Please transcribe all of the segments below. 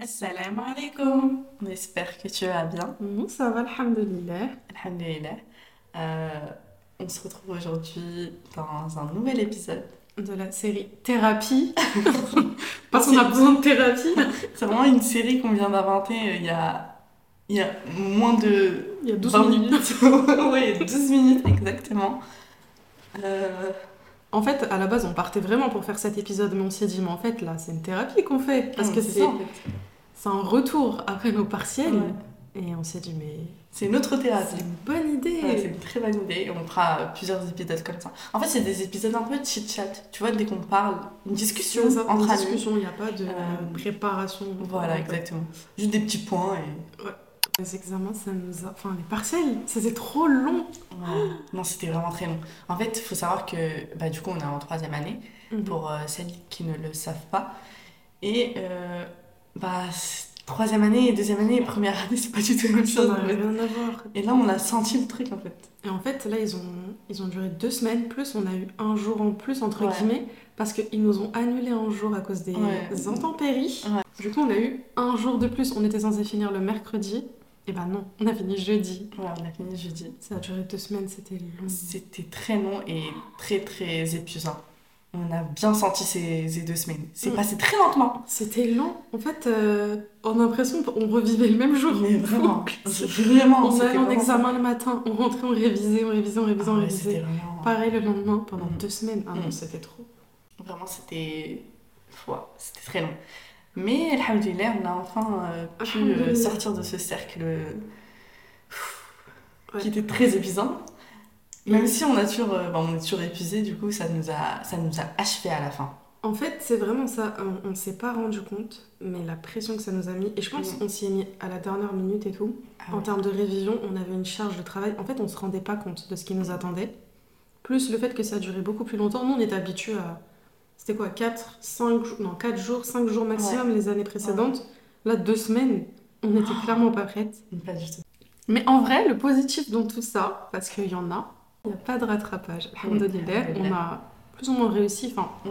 Assalamu alaikum. On espère que tu vas bien. Bon, ça va, alhamdoulilah. Alhamdulillah. Euh, on se retrouve aujourd'hui dans un nouvel épisode. De la série Thérapie. Parce qu'on a besoin de thérapie. C'est vraiment une série qu'on vient d'inventer euh, il y a, il y a moins de Il y a 12 20 minutes. oui, 12 minutes exactement. Euh, En fait, à la base, on partait vraiment pour faire cet épisode, mais on s'est dit, mais en fait, là, c'est une thérapie qu'on fait. Parce non, que c'est c'est ça, en fait. c'est un retour après nos partiels. Ouais. Et on s'est dit, mais C'est notre c'est thérapie. une bonne idée. Ouais, c'est une très bonne idée. On fera euh, plusieurs épisodes comme ça. En fait, c'est des épisodes un peu chit-chat. Tu vois, dès qu'on parle, une discussion C'est ça, une entre amis. discussion, il n'y a pas de Euh, préparation. Voilà, exactement. Juste des petits points et. Les examens, ça nous a... Enfin, les partiels, c'était trop long. Ouais. Non, c'était vraiment très long. En fait, il faut savoir que bah, du coup, on est en troisième année pour euh, celles qui ne le savent pas. Et euh, bah, c'est- troisième année, deuxième année, première année, c'est pas du tout la même Ça chose. n'a en fait. rien à voir. Et là, on a senti le truc en fait. Et en fait, là, ils ont, ils ont duré deux semaines plus. On a eu un jour en plus, entre Ouais. guillemets, parce qu'ils nous ont annulé un jour à cause des Ouais. intempéries. Ouais. Du coup, on a eu un jour de plus. On était censé finir le mercredi. Et ben non, on a fini jeudi. Ouais, on a fini jeudi. Ça a duré deux semaines, c'était long. Mm. C'était très long et très très épuisant. On a bien senti ces, ces deux semaines. C'est Mm. passé très lentement. C'était long. En fait, euh, on a l'impression qu'on revivait le même jour. Mais vraiment, vraiment, on c'était allait en vraiment- examen le matin, on rentrait, on révisait, on révisait, on Ah révisait, on ouais, révisait. c'était vraiment. Pareil le lendemain pendant Mm. deux semaines. Ah non, Mm. c'était trop. Vraiment, c'était. Ouais, c'était très long. Mais, Alhamdulillah, on a enfin euh, pu euh, Alhamdulillah. sortir de ce cercle euh, Ouais. qui était très épuisant. Mm. Même si on, a toujours, euh, bah, on est toujours épuisé, du coup, ça nous a, ça nous a achevé à la fin. En fait, c'est vraiment ça. On, on s'est pas rendu compte, mais la pression que ça nous a mis. Et je pense Mhm. qu'on s'y est mis à la dernière minute et tout. Ah En ouais. termes de révision, on avait une charge de travail. En fait, on se rendait pas compte de ce qui nous attendait. Plus le fait que ça durait beaucoup plus longtemps. Nous, on était habitués à. C'était quoi 4, 5 jours Non, 4 jours, 5 jours maximum les années précédentes. Là, deux semaines, on n'était Oh. clairement pas prêtes. Pas du tout. Mais en vrai, le positif dans tout ça, parce qu'il y en a, il n'y a pas de rattrapage. Alhamdoulilah, on a plus ou moins réussi. Enfin, Mm.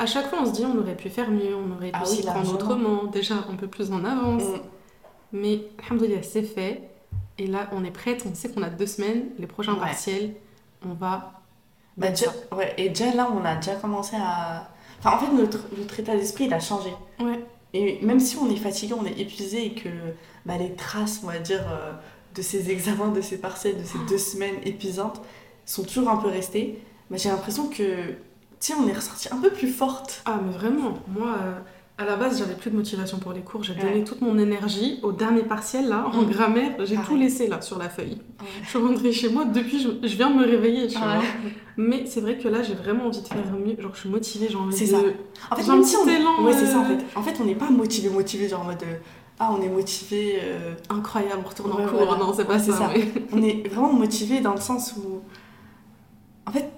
à chaque fois, on se dit on aurait pu faire mieux, on aurait pu Ah s'y oui, prendre largement. autrement, déjà un peu plus en avance. Mm. Mais Alhamdoulilah, c'est fait. Et là, on est prête, on sait qu'on a deux semaines, les prochains Ouais. partiels, on va. Bah, mettre déjà- ouais, et déjà là, on a déjà commencé à. Enfin, en fait, notre, notre état d'esprit, il a changé. ça. Ouais. Et même si on est fatigué, on est épuisé et que bah, les traces, on va dire, euh, de ces examens, de ces partiels, de ces deux semaines épuisantes sont toujours un peu restées, bah, j'ai l'impression que, tu sais, on est ressorti un peu plus forte. Ah, mais vraiment, moi, euh, à la base, j'avais plus de motivation pour les cours, j'ai Ouais. donné toute mon énergie au dernier partiel, là, en Mm. grammaire, j'ai tout Pareil. laissé, là, sur la feuille. Je suis rentrée chez moi, depuis je, je viens de me réveiller, tu vois. Mais c'est vrai que là, j'ai vraiment envie de faire mieux. Genre, je suis motivée, j'ai envie C'est de... ça. En fait, J'ai un même si petit on élan, Ouais, c'est ça, en euh, fait. En fait, on n'est pas motivé, motivé, genre en mode. euh, ah, on est motivé. euh, Incroyable, on retourne Ouais, en cours. voilà. Non, c'est pas Ouais, c'est ça. ça. mais- on est vraiment motivé dans le sens où. En fait,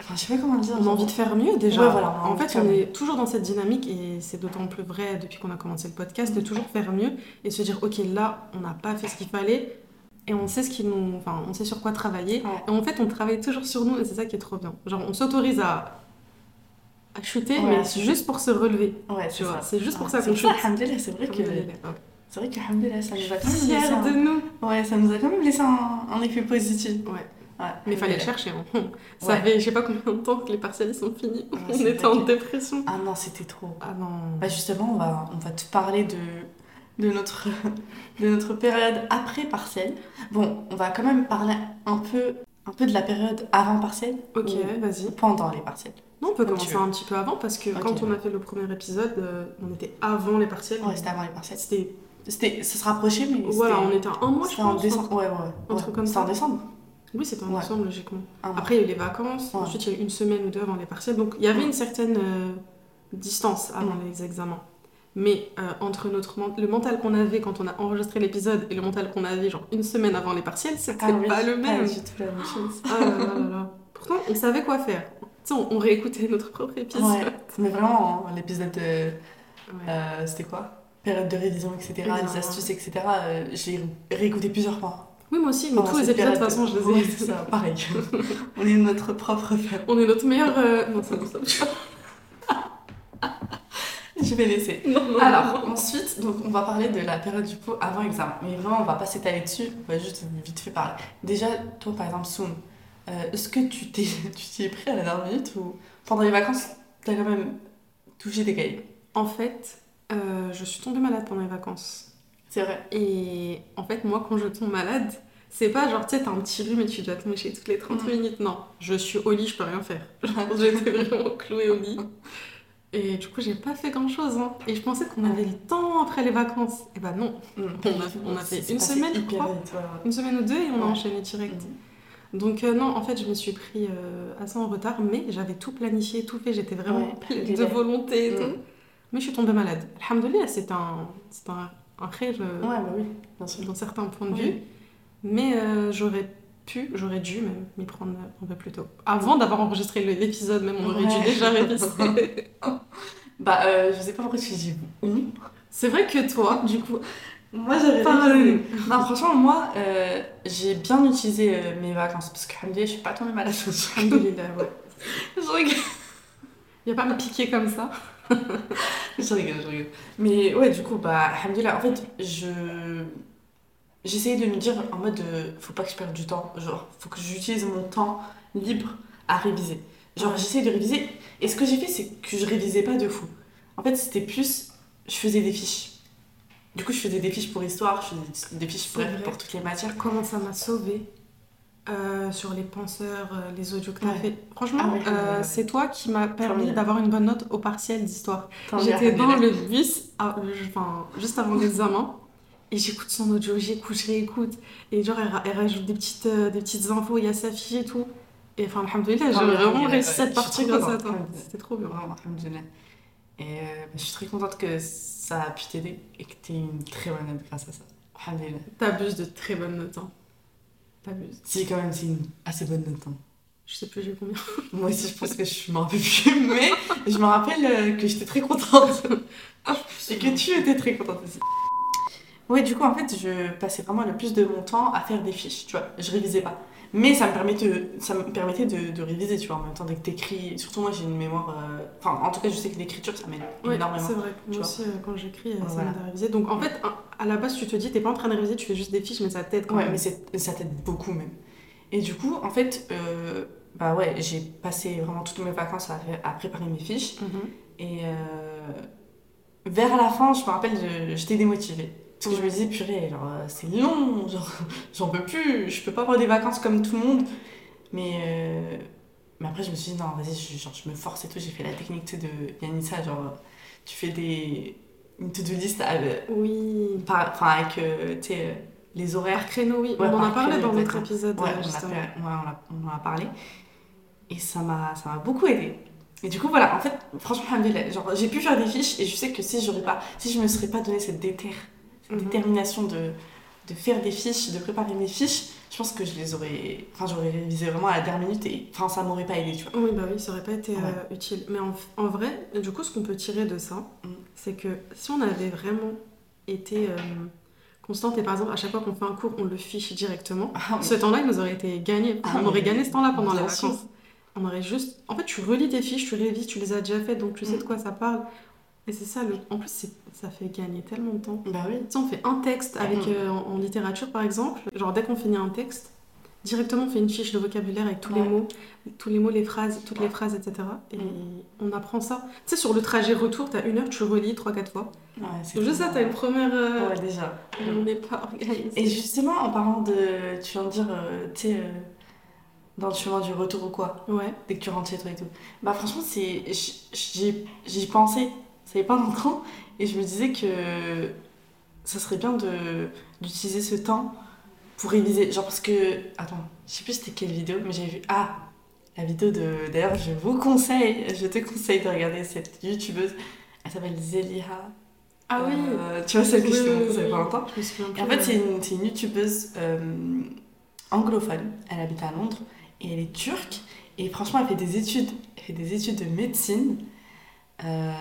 enfin, je sais pas comment le dire. On a envie de faire mieux déjà. Ouais, voilà, on a en envie de fait, faire on mieux. est toujours dans cette dynamique et c'est d'autant plus vrai depuis qu'on a commencé le podcast de Mm. toujours faire mieux et se dire ok là on n'a pas fait ce qu'il fallait et on sait ce qui nous, enfin on sait sur quoi travailler. Ouais. Et en fait, on travaille toujours sur nous et c'est ça qui est trop bien. Genre on s'autorise à à chuter, Ouais. mais c'est juste pour se relever. Ouais, c'est Tu vois, ça. c'est juste pour ça Ah, qu'on c'est chute. Alhamdoulilah, c'est vrai que. C'est vrai que, alhamdoulilah, ça nous a quand même laissé Fier un- de nous. Ouais, ça nous a quand même laissé un, un effet positif. Ouais. Ouais. Mais il fallait le chercher. hein. Ça Ouais. fait je sais pas combien de temps que les partiels sont finis. Ouais, on c'est était en vrai dépression. Ah non, c'était trop. Ah non. Bah justement, on va, on va te parler de, de, notre, de notre période après partielle. Bon, on va quand même parler un peu, un peu de la période avant partielle ok, ou vas-y. pendant les partielles. Non, on peut Comme tu commencer veux. un petit peu avant parce que Ok. quand on a fait le premier épisode, euh, on était avant les partiels. Ouais, c'était avant les partielles. C'était. C'était, ça se rapprochait, mais Voilà, on c'était, était à un mois, je c'était en pense. hein. décembre. Ouais, ouais, ouais. Un truc comme C'était ça. en décembre. Oui, c'était en Ouais. décembre, logiquement. Ah, ouais. Après, il y a eu les vacances, Ouais. ensuite, il y a eu une semaine ou deux avant les partiels. Donc, il y avait une certaine euh, distance avant les examens. Mais euh, entre notre men- le mental qu'on avait quand on a enregistré l'épisode et le mental qu'on avait, genre, une semaine avant les partiels, c'était Ah oui, pas le même. du tout la même chose. Ah là là là là. Pourtant, on savait quoi faire. Tu sais, on, on réécoutait notre propre épisode. Ouais, mais vraiment, hein, l'épisode de, Ouais. Euh, c'était quoi Période de révision, etc., les Exactement. astuces, etc. euh, je l'ai réécouté plusieurs fois. Oui, moi aussi, mais Pendant tous les cette épisodes, de toute période façon, je les ai. Ouais, c'est ça, pareil. On est notre propre fan. On est notre meilleur. euh, Non, ça nous semble. Je tu m'es laissé. Non, non, Alors, ensuite, donc, on va parler de la période du coup avant examen. Mais vraiment, on va pas s'étaler dessus, on va juste vite fait parler. Déjà, toi, par exemple, Soum, euh, est-ce que tu t'es, tu t'y es pris à la dernière minute ou pendant les vacances, t'as quand même touché des cahiers En fait, euh, je suis tombée malade pendant les vacances. C'est vrai. Et en fait, moi, quand je tombe malade, c'est pas genre, tu sais, t'as un petit rhume et tu dois te moucher toutes les 30 Mm. minutes. Non, je suis au lit, je peux rien faire. Genre, J'étais vraiment clouée au lit. Et du coup, j'ai pas fait grand chose. Et je pensais qu'on avait le temps après les vacances. Et bah non, on a- on a fait Mm. C'est une passé semaine, je hyper crois. vite, ouais, ouais. une semaine ou deux et on a Ouais. enchaîné direct. Donc euh, non, en fait, je me suis pris euh, assez en retard, mais j'avais tout planifié, tout fait, j'étais vraiment Ouais, pleine de délai. volonté et Mm. tout. Mais je suis tombée malade. Alhamdoulilah, c'est un, c'est un, un rêve euh, Ouais, bah oui, bien sûr. d'un certain point de Oui. vue, mais euh, j'aurais pu, j'aurais dû même m'y prendre un peu plus tôt. Avant d'avoir enregistré le- l'épisode, même on aurait dû Ouais. déjà réviser. Bah, euh, je sais pas pourquoi tu dis oui. c'est vrai que toi, du coup, Moi, j'avais Parle-nous. euh, Non, franchement, moi, euh, j'ai bien utilisé euh, mes vacances parce que, alhamdoulilah, je suis pas tombée malade. Alhamdoulilah, ouais. je rigole, Il n'y a pas me piquer comme ça. je rigole, je rigole. Mais ouais, du coup, bah, alhamdoulilah, en fait, je. J'essayais de me dire en mode, euh, faut pas que je perde du temps. Genre, faut que j'utilise mon temps libre à réviser. Genre, j'essayais de réviser. Et ce que j'ai fait, c'est que je révisais pas de fou. En fait, c'était plus, je faisais des fiches. Du coup, je faisais des fiches pour histoire, je faisais des fiches C'est bref, vrai. pour toutes les matières. Comment ça m'a sauvée euh, sur les penseurs, euh, les audios que t'as Ouais. fait. Franchement, Ah ouais, ouais, euh, ouais. c'est toi qui m'as permis Formidable. d'avoir une bonne note au partiel d'histoire. Enfin, J'étais dans alhamdoulilah. le bus, à- je- enfin, juste avant l'examen, et j'écoute son audio, j'écoute, je réécoute. Et genre, elle, ra- elle rajoute des petites, euh, des petites infos, il y a sa fille et tout. Et enfin, alhamdoulilah, j'ai Ah ouais, vraiment ouais, réussi ouais. cette Je suis partie trop grâce à contente, toi. alhamdoulilah. C'était trop bien. Vraiment, alhamdoulilah. Et euh, je suis très contente que ça a pu t'aider et que t'aies une très bonne note grâce à ça. Alhamdoulilah. T'abuses de très bonnes notes. hein. T'abuses. Si, quand même, c'est une assez bonne note. hein. Je sais plus, j'ai eu combien. Moi aussi, je pense que je m'en rappelle plus, mais je me rappelle euh, que j'étais très contente. et que tu étais très contente aussi. Ouais, du coup, en fait, je passais vraiment le plus de mon temps à faire des fiches, tu vois. Je révisais pas. Mais ça me permettait de, ça me permettait de, de réviser, tu vois, en même temps, dès que t'écris. Surtout moi, j'ai une mémoire. euh, Enfin, en tout cas, je sais que l'écriture, ça m'aide Ouais, énormément. c'est vrai. Moi vois. aussi, euh, quand j'écris, euh, ça Voilà. m'aide à réviser. Donc en fait, un- à la base, tu te dis, t'es pas en train de réviser, tu fais juste des fiches, mais ça t'aide quand Ouais, même. mais c'est- ça t'aide beaucoup même. Et du coup, en fait, euh, bah ouais, j'ai passé vraiment toutes mes vacances à, à préparer mes fiches. Mhm. Et euh, vers la fin, je me rappelle, je- j'étais démotivée. Parce que je me disais, purée, genre, euh, c'est long, genre, j'en peux plus, je peux pas avoir des vacances comme tout le monde. Mais, euh, mais après, je me suis dit, non, vas-y, je, genre, je me force et tout. J'ai fait la technique tu sais, de Yanissa, genre, tu fais des, une to-do list à- Oui. par- enfin, avec euh, tu sais, euh, les horaires. Par créneau, oui. Ouais, on en a par parlé créneau, dans notre exactement. épisode, Ouais, euh, on, l'a justement. fait- ouais, on l'a- on en a parlé. Et ça m'a ça m'a beaucoup aidé. Et du coup, voilà, en fait, franchement, alhamdoulilah, genre j'ai pu faire des fiches et je sais que si j'aurais pas, si je me serais pas donné cette déter, cette Mhm. détermination de, de faire des fiches, de préparer mes fiches, je pense que je les aurais, enfin, j'aurais révisé vraiment à la dernière minute et, enfin, ça m'aurait pas aidé, tu vois. Oui, bah oui, ça aurait pas été euh, Ouais. utile. Mais en, en vrai, du coup, ce qu'on peut tirer de ça, Mm. c'est que si on avait vraiment été euh, constante et par exemple, à chaque fois qu'on fait un cours, on le fiche directement, Ce temps-là, il nous aurait été gagné. Enfin, Ah, on aurait mais- gagné ce temps-là pendant les bien sûr. vacances. On aurait juste. En fait, tu relis tes fiches, tu révises, tu les as déjà faites, donc tu Mm. sais de quoi ça parle. Et c'est ça, le... en plus, c'est- ça fait gagner tellement de temps. Bah oui. Si on fait un texte avec, Mm. euh, en, en littérature, par exemple, genre dès qu'on finit un texte, directement on fait une fiche de vocabulaire avec tous les Ouais. mots, tous les mots, les phrases, toutes les phrases, etc. Et Mm. on apprend ça. Tu sais, sur le trajet retour, t'as une heure, tu relis 3-4 fois. Ouais, c'est Juste ça, t'as une première. euh, Ouais, déjà. On n'est pas organisé. Et justement, en parlant de, tu viens de dire, euh, tu sais, euh, dans le chemin du retour ou quoi, Ouais. dès que tu rentres chez toi et tout. Bah franchement, c'est j- j'y j'y pensais, ça fait pas longtemps, et je me disais que ça serait bien de d'utiliser ce temps pour réviser. Genre parce que, attends, je sais plus c'était quelle vidéo, mais j'avais vu, ah, la vidéo de, d'ailleurs je vous conseille, je te conseille de regarder cette youtubeuse, elle s'appelle Zeliha. Ah oui! Euh, tu vois celle que je te montrée il y a pas longtemps Je me souviens et en plus, fait, c'est ouais. une, c'est une youtubeuse euh, anglophone. Elle habite à Londres et elle est turque. Et franchement, elle fait des études. Elle fait des études de médecine. Euh,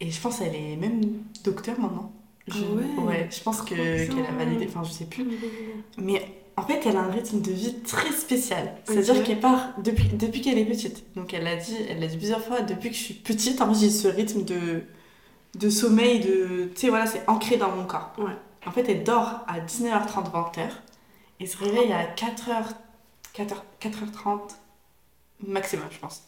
et je pense qu'elle est même docteur maintenant. Je, Ah ouais. je pense que- Trop bien. qu'elle a validé. Enfin, je sais plus. Mais en fait, elle a un rythme de vie très spécial. C'est-à-dire Ok. qu'elle part depuis, hein, depuis qu'elle est petite. Donc elle l'a dit, elle l'a dit plusieurs fois, depuis que je suis petite, en fait, j'ai ce rythme de, de sommeil, de. Tu sais, voilà, c'est ancré dans mon corps. Ouais. En fait, elle dort à 19h30, 20h et se réveille à 4h, 4h, 4h30 maximum, je pense.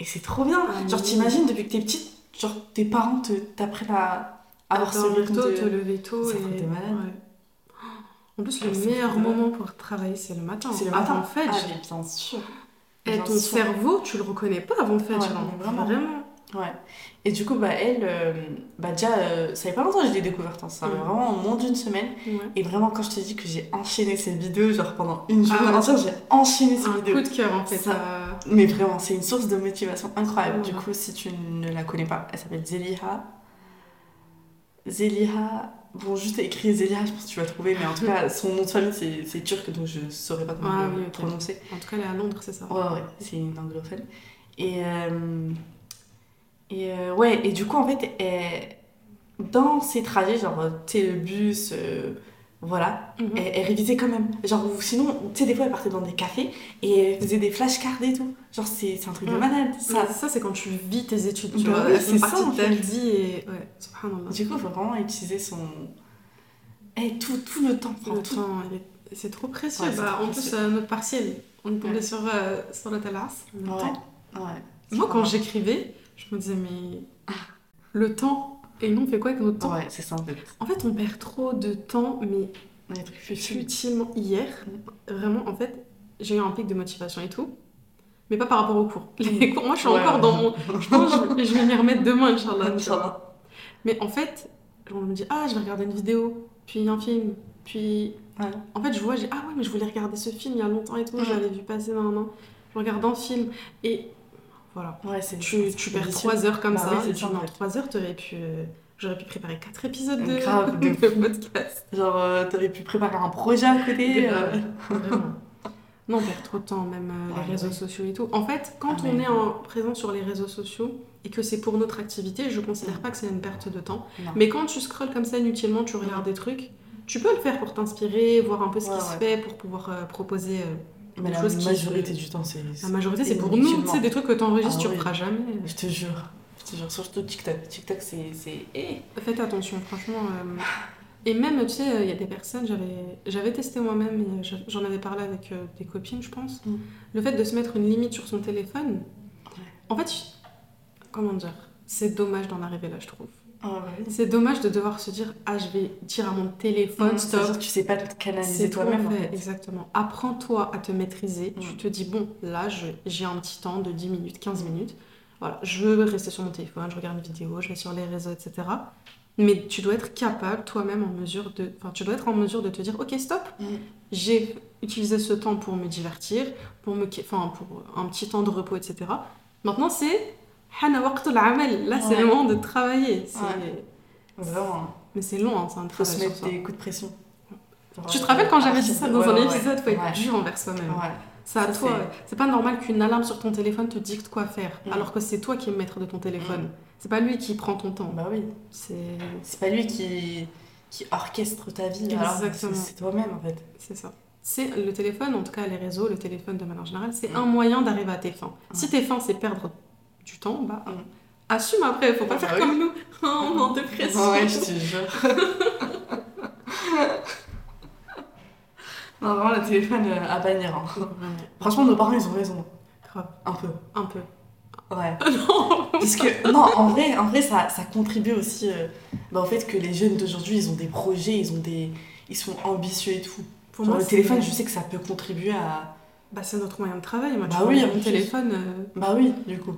Et c'est trop bien. Ah, genre, mais- t'imagines depuis que t'es petite, genre tes parents te- t'apprennent à avoir ce Dormir rythme tôt, de- te lever tôt. Ça et- rend des malades. ouais. En plus, le Ah, c'est meilleur trop bien. moment pour travailler, c'est le matin. C'est le Avant matin. Fajr. Ah, mais bien sûr. Et Bien ton sûr. cerveau, tu le reconnais pas avant Fajr. Ouais, hein. mais vraiment. Vraiment. Ouais. Et du coup, bah, elle, euh, bah, déjà, euh, ça fait pas longtemps que je l'ai découverte, hein, ça Mm. fait vraiment en moins d'une semaine. Ouais. Et vraiment, quand je te dis que j'ai enchaîné cette vidéo, genre pendant une journée Ah ouais. entière, j'ai enchaîné cette Un vidéo. coup de cœur en fait. Ça- euh, Mais vraiment, c'est une source de motivation incroyable. Du Voilà. coup, si tu ne la connais pas, elle s'appelle Zeliha. Zeliha. Bon, juste écrit Zeliha, je pense que tu vas trouver, mais en tout cas, son nom de famille, c'est- c'est turc, donc je saurais pas comment Mm. Ah le oui, ok. prononcer. En tout cas, elle est à Londres, c'est ça. Ouais, ouais, c'est une anglophone. Et, euh, et euh, ouais, et du coup, en fait, elle- dans ses trajets, genre, tu sais, le bus, euh, voilà, Mhm. elle, elle révisait quand même. Genre, ou sinon, tu sais, des fois, elle partait dans des cafés et elle faisait des flashcards et tout. Genre, c'est c'est un truc de Ouais. malade, ça. Ça, ça, c'est quand tu vis tes études, tu Bah vois. oui, Elles font c'est ça, partie en de ta vie et. Ouais, subhanallah. Du coup, faut vraiment utiliser son. Eh, tout, tout le temps, prends Le tout. temps, il est- c'est trop précieux. Ouais, c'est Bah, trop en précieux. plus, euh, notre partiel, on est tombé Ouais. sur euh, sur la talas. le Ouais, temps. ouais. Moi, quand Ouais. j'écrivais, je me disais, mais le temps, et nous, on fait quoi avec notre temps Ouais, c'est ça, en fait. En fait, on perd trop de temps, mais Des trucs futiles. futilement. Hier, vraiment, en fait, j'ai eu un pic de motivation et tout, mais pas par rapport aux cours. Les cours, moi, je suis Ouais, encore ouais. dans mon. Je pense que je, je vais m'y remettre demain, Inch'Allah. tu vois. Inch'Allah. Mais en fait, on me dit, ah, je vais regarder une vidéo, puis un film, puis. Ouais. En fait, je vois, j'ai, ah ouais, mais je voulais regarder ce film il y a longtemps et tout, Mhm. j'avais vu passer dans un an. Je regarde un film, et. Voilà. Ouais, c'est. Tu, c'est tu perds vicieux. 3 heures comme Bah ça. oui, c'est et tu- ça, en dans fait. 3 heures, t'aurais pu. euh, J'aurais pu préparer 4 épisodes de, Grave, de de podcast. Genre, euh, t'avais pu préparer un projet à côté. euh. Vraiment. Non, on perd trop de temps, même euh, Ouais, les réseaux ouais. sociaux et tout. En fait, quand Ah, on mais- est en, présent sur les réseaux sociaux et que c'est pour notre activité, je considère pas que c'est une perte de temps. Non. Mais quand tu scrolles comme ça inutilement, tu regardes des trucs, tu peux le faire pour t'inspirer, voir un peu ce Ouais, qui se ouais. fait pour pouvoir euh, proposer. euh, Mais la Chose qui- majorité du temps, c'est. la majorité, c'est pour Inutilement. nous. Tu sais, des trucs que t'enregistres, Ah, tu oui. referas jamais. Je te jure. Je te jure, surtout TikTok. TikTok, c'est. c'est- Eh Faites attention, franchement. euh, Et même, tu sais, euh, il y a des personnes, j'avais- j'avais testé moi-même, et j'a- j'en avais parlé avec euh, des copines, je pense. Mm. Le fait de se mettre une limite sur son téléphone, en fait, je- comment dire C'est dommage d'en arriver là, je trouve. Ah ouais. C'est dommage de devoir se dire, ah, je vais dire à mon téléphone, Non, stop. c'est-à-dire, Tu sais pas te C'est canaliser trop toi-même. hein. en fait, fait. exactement. Apprends-toi à te maîtriser. Mm. Tu te dis, bon, là, je- j'ai un petit temps de 10 minutes, 15 minutes. Voilà, je veux rester sur mon téléphone, je regarde une vidéo, je vais sur les réseaux, etc. Mais tu dois être capable toi-même en mesure de... Enfin, tu dois être en mesure de te dire, ok, stop, Mm. j'ai utilisé ce temps pour me divertir, pour, me... enfin, pour un petit temps de repos, etc. Maintenant, c'est... Hana waqtul amal. Là, c'est Ouais. le moment de travailler. C'est- Ouais. Vraiment. Mais c'est long, hein, c'est un Faut travail se sur mettre soi. des coups de pression. Tu te rappelles quand j'avais dit ça dans Ouais, un ouais, épisode, faut ouais. être Ouais. dur envers soi-même. Ouais. C'est à Ça, toi. C'est pas normal qu'une alarme sur ton téléphone te dicte quoi faire, Mm. alors que c'est toi qui es maître de ton téléphone. C'est pas lui qui prend ton temps. Bah oui. C'est C'est pas lui qui. qui orchestre ta vie. alors que c'est- Exactement. C'est toi-même, en fait. c'est ça. C'est le téléphone, en tout cas les réseaux, le téléphone de manière générale, c'est un moyen d'arriver à tes fins. Mm. Si tes fins c'est perdre du temps, bah Mm. assume après. Faut pas Ah, faire bah oui. comme nous. on est en dépression. Ouais, je te jure. non, vraiment, le téléphone euh, à bannir. hein. Vraiment, Franchement, nos parents, ils ont raison. grave. Un peu. Un peu. Ouais. non. Parce que, non, en vrai, en vrai ça, ça contribue aussi euh, bah, au fait que les jeunes d'aujourd'hui, ils ont des projets, ils ont des... Ils sont ambitieux et tout. Pour Genre, le c'est- téléphone, je sais que ça peut contribuer à... bah, c'est notre moyen de travail. Moi, tu Bah vois, oui, en mon plus. téléphone. euh, Bah oui, du coup.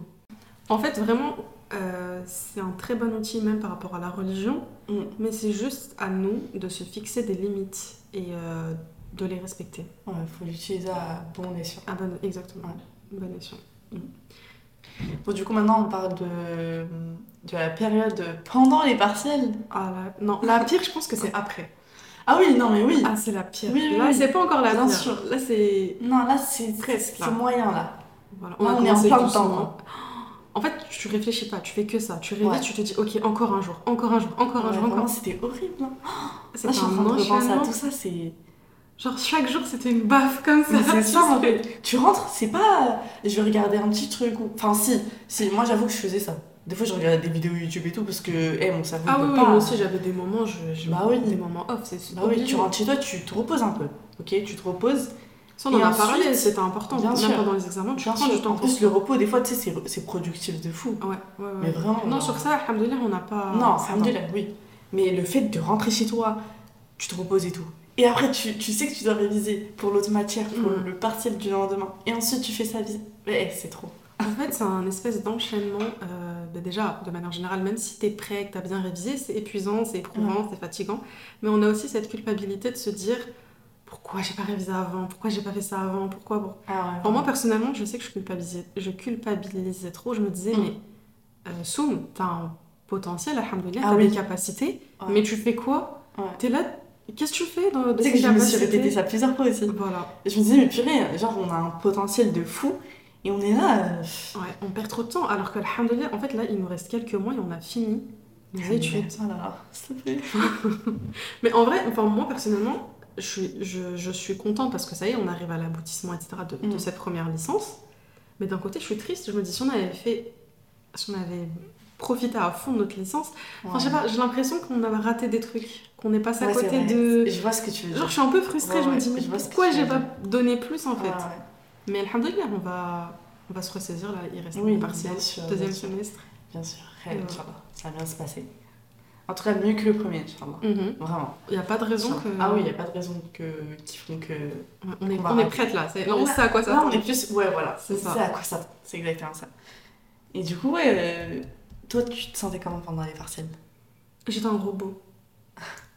En fait, vraiment, euh, c'est un très bon outil même par rapport à la religion, Mm. mais c'est juste à nous de se fixer des limites et euh, de les respecter. Ouais, faut l'utiliser à bon escient. Ah bon, exactement. Ouais. Bonne escient. Bon, du coup, maintenant, on parle de, de la période pendant les partiels. Ah là, non, la pire, je pense que c'est après. Ah oui, non, mais oui. Ah, c'est la pire. Oui, oui, là, oui. c'est pas encore la Bien pire. sûr. Là, c'est Non, là, c'est Presque, là. C'est moyen, là. Voilà, Là, a on est en commencé plein dedans, doucement. hein. En fait, tu réfléchis pas, tu fais que ça. Tu réveilles, Ouais. tu te dis, ok, encore un jour, encore un jour, encore un Ouais, jour, vraiment, encore. c'était horrible. hein. C'est Là, je suis en un train de repenser à enchaînement. tout ça, c'est... Genre, chaque jour, c'était une baffe comme ça. Mais c'est Tu ça en sais. fait. Tu rentres, c'est pas euh, je vais regarder un petit truc ou. Enfin, si, si, moi j'avoue que je faisais ça. Des fois, je regardais des vidéos YouTube et tout parce que, eh, mon cerveau. Ah il oui, peut oui, pas. moi aussi j'avais des moments, je, je- Bah oui. des moments off, c'est Bah oui, tu obligé. rentres chez toi, tu te reposes un peu. Ok, tu te reposes. Ça, on en Et a ensuite- parlé, c'était important. Bien Même sûr. pendant les examens, tu Bien prends sûr, du temps En pour plus, le repos, des fois, tu sais, c'est- c'est productif de fou. Ah Ouais, ouais, ouais. Mais vraiment. non, genre- sur ça, alhamdoulilah, on n'a pas. Non, alhamdoulilah, oui. Mais le fait de rentrer chez toi, tu te reposes et tout. Et après, tu, tu sais que tu dois réviser pour l'autre matière, pour Mm. le partiel du lendemain. Et ensuite, tu fais ça. vis- Mais eh, c'est trop. En fait, c'est un espèce d'enchaînement. euh, bah déjà, de manière générale, même si t'es prêt, que t'as bien révisé, c'est épuisant, c'est éprouvant, c'est fatigant. Mais on a aussi cette culpabilité de se dire pourquoi j'ai pas révisé avant, pourquoi j'ai pas fait ça avant, pourquoi. Pour... Ah ouais. Alors moi, personnellement, je sais que je culpabilisais, je culpabilisais trop. Je me disais, Mm. mais euh, Soum, t'as un potentiel, alhamdoulilah, Ah t'as oui. des capacités, Ouais. mais tu fais quoi Ouais. T'es là, qu'est-ce que tu fais dans, de Tu sais ces que je me suis capacités répété ça plusieurs fois aussi. Voilà. Et je me disais, mais purée, genre, on a un potentiel de fou. Et on est là. euh, Ouais, on perd trop de temps, alors que, alhamdoulilah, en fait, là, il nous reste quelques mois et on a fini les études. Ah là là, s'il te plaît. Mais en vrai, enfin, moi, personnellement, je suis, je, je suis contente parce que ça y est, on arrive à l'aboutissement, etc., de, de Mm. cette première licence. Mais d'un côté, je suis triste. Je me dis, si on avait fait... Si on avait profité à fond de notre licence... Enfin, je sais pas, j'ai l'impression qu'on a raté des trucs, qu'on est passé à Ouais, c'est côté vrai. de... Je vois ce que tu veux Genre, je dire. suis un peu frustrée. Ouais, je me ouais, dis, mais je vois ce que pourquoi tu j'ai veux pas dire. donné plus, en fait Ouais, ouais. Mais alhamdoulilah, on va... On va se ressaisir, là. Il reste Oui, un partiel. bien sûr, Deuxième bien sûr. semestre. Bien sûr, Ouais. Inch'Allah, ça va bien se passer. En tout cas, mieux que le premier, Inch'Allah. Mhm. Vraiment. Il n'y a pas de raison que... Inch'Allah. Ah oui, il n'y a pas de raison que... qui font que. Ouais, On est, qu'on va on est rater. prête, là. c'est- Là, on Ouais. sait à quoi ça Là, on ressemble. est plus. Ouais, voilà, C'est c'est ça. ça. à quoi ça tend. C'est exactement ça. Et du coup, ouais, euh, toi, tu te sentais comment pendant les partiels J'étais un robot.